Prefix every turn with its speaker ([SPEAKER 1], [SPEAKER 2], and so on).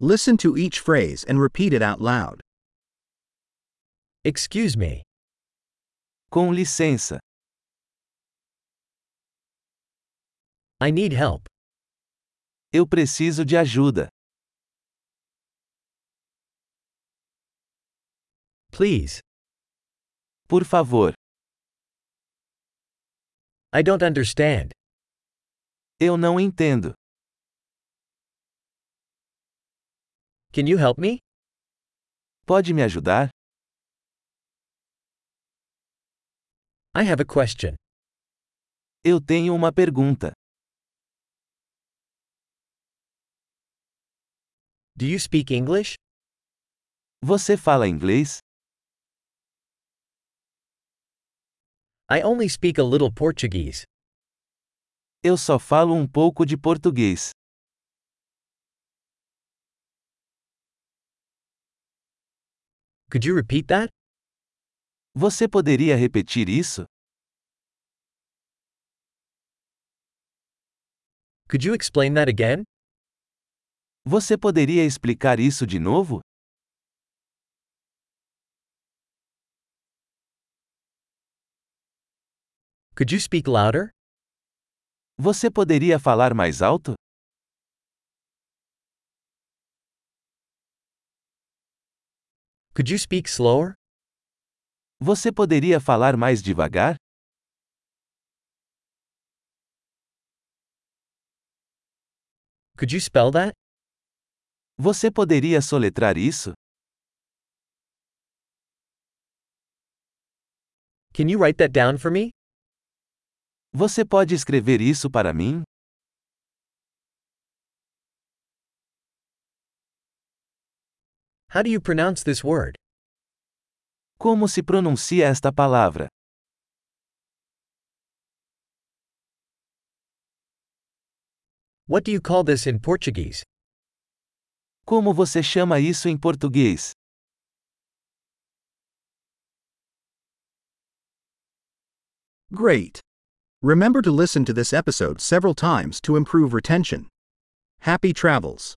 [SPEAKER 1] Listen to each phrase and repeat it out loud.
[SPEAKER 2] Excuse me.
[SPEAKER 3] Com licença.
[SPEAKER 2] I need help.
[SPEAKER 3] Eu preciso de ajuda.
[SPEAKER 2] Please.
[SPEAKER 3] Por favor.
[SPEAKER 2] I don't understand.
[SPEAKER 3] Eu não entendo.
[SPEAKER 2] Can you help me?
[SPEAKER 3] Pode me ajudar?
[SPEAKER 2] I have a question.
[SPEAKER 3] Eu tenho uma pergunta.
[SPEAKER 2] Do you speak English?
[SPEAKER 3] Você fala inglês?
[SPEAKER 2] I only speak a little Portuguese.
[SPEAKER 3] Eu só falo um pouco de português.
[SPEAKER 2] Could you repeat that?
[SPEAKER 3] Você poderia repetir isso?
[SPEAKER 2] Could you explain that again?
[SPEAKER 3] Você poderia explicar isso de novo?
[SPEAKER 2] Could you speak louder?
[SPEAKER 3] Você poderia falar mais alto?
[SPEAKER 2] Could you speak slower?
[SPEAKER 3] Você poderia falar mais devagar?
[SPEAKER 2] Could you spell that?
[SPEAKER 3] Você poderia soletrar isso?
[SPEAKER 2] Can you write that down for me?
[SPEAKER 3] Você pode escrever isso para mim?
[SPEAKER 2] How do you pronounce this word?
[SPEAKER 3] Como se pronuncia esta palavra?
[SPEAKER 2] What do you call this in Portuguese?
[SPEAKER 3] Como você chama isso em português?
[SPEAKER 1] Great. Remember to listen to this episode several times to improve retention. Happy travels.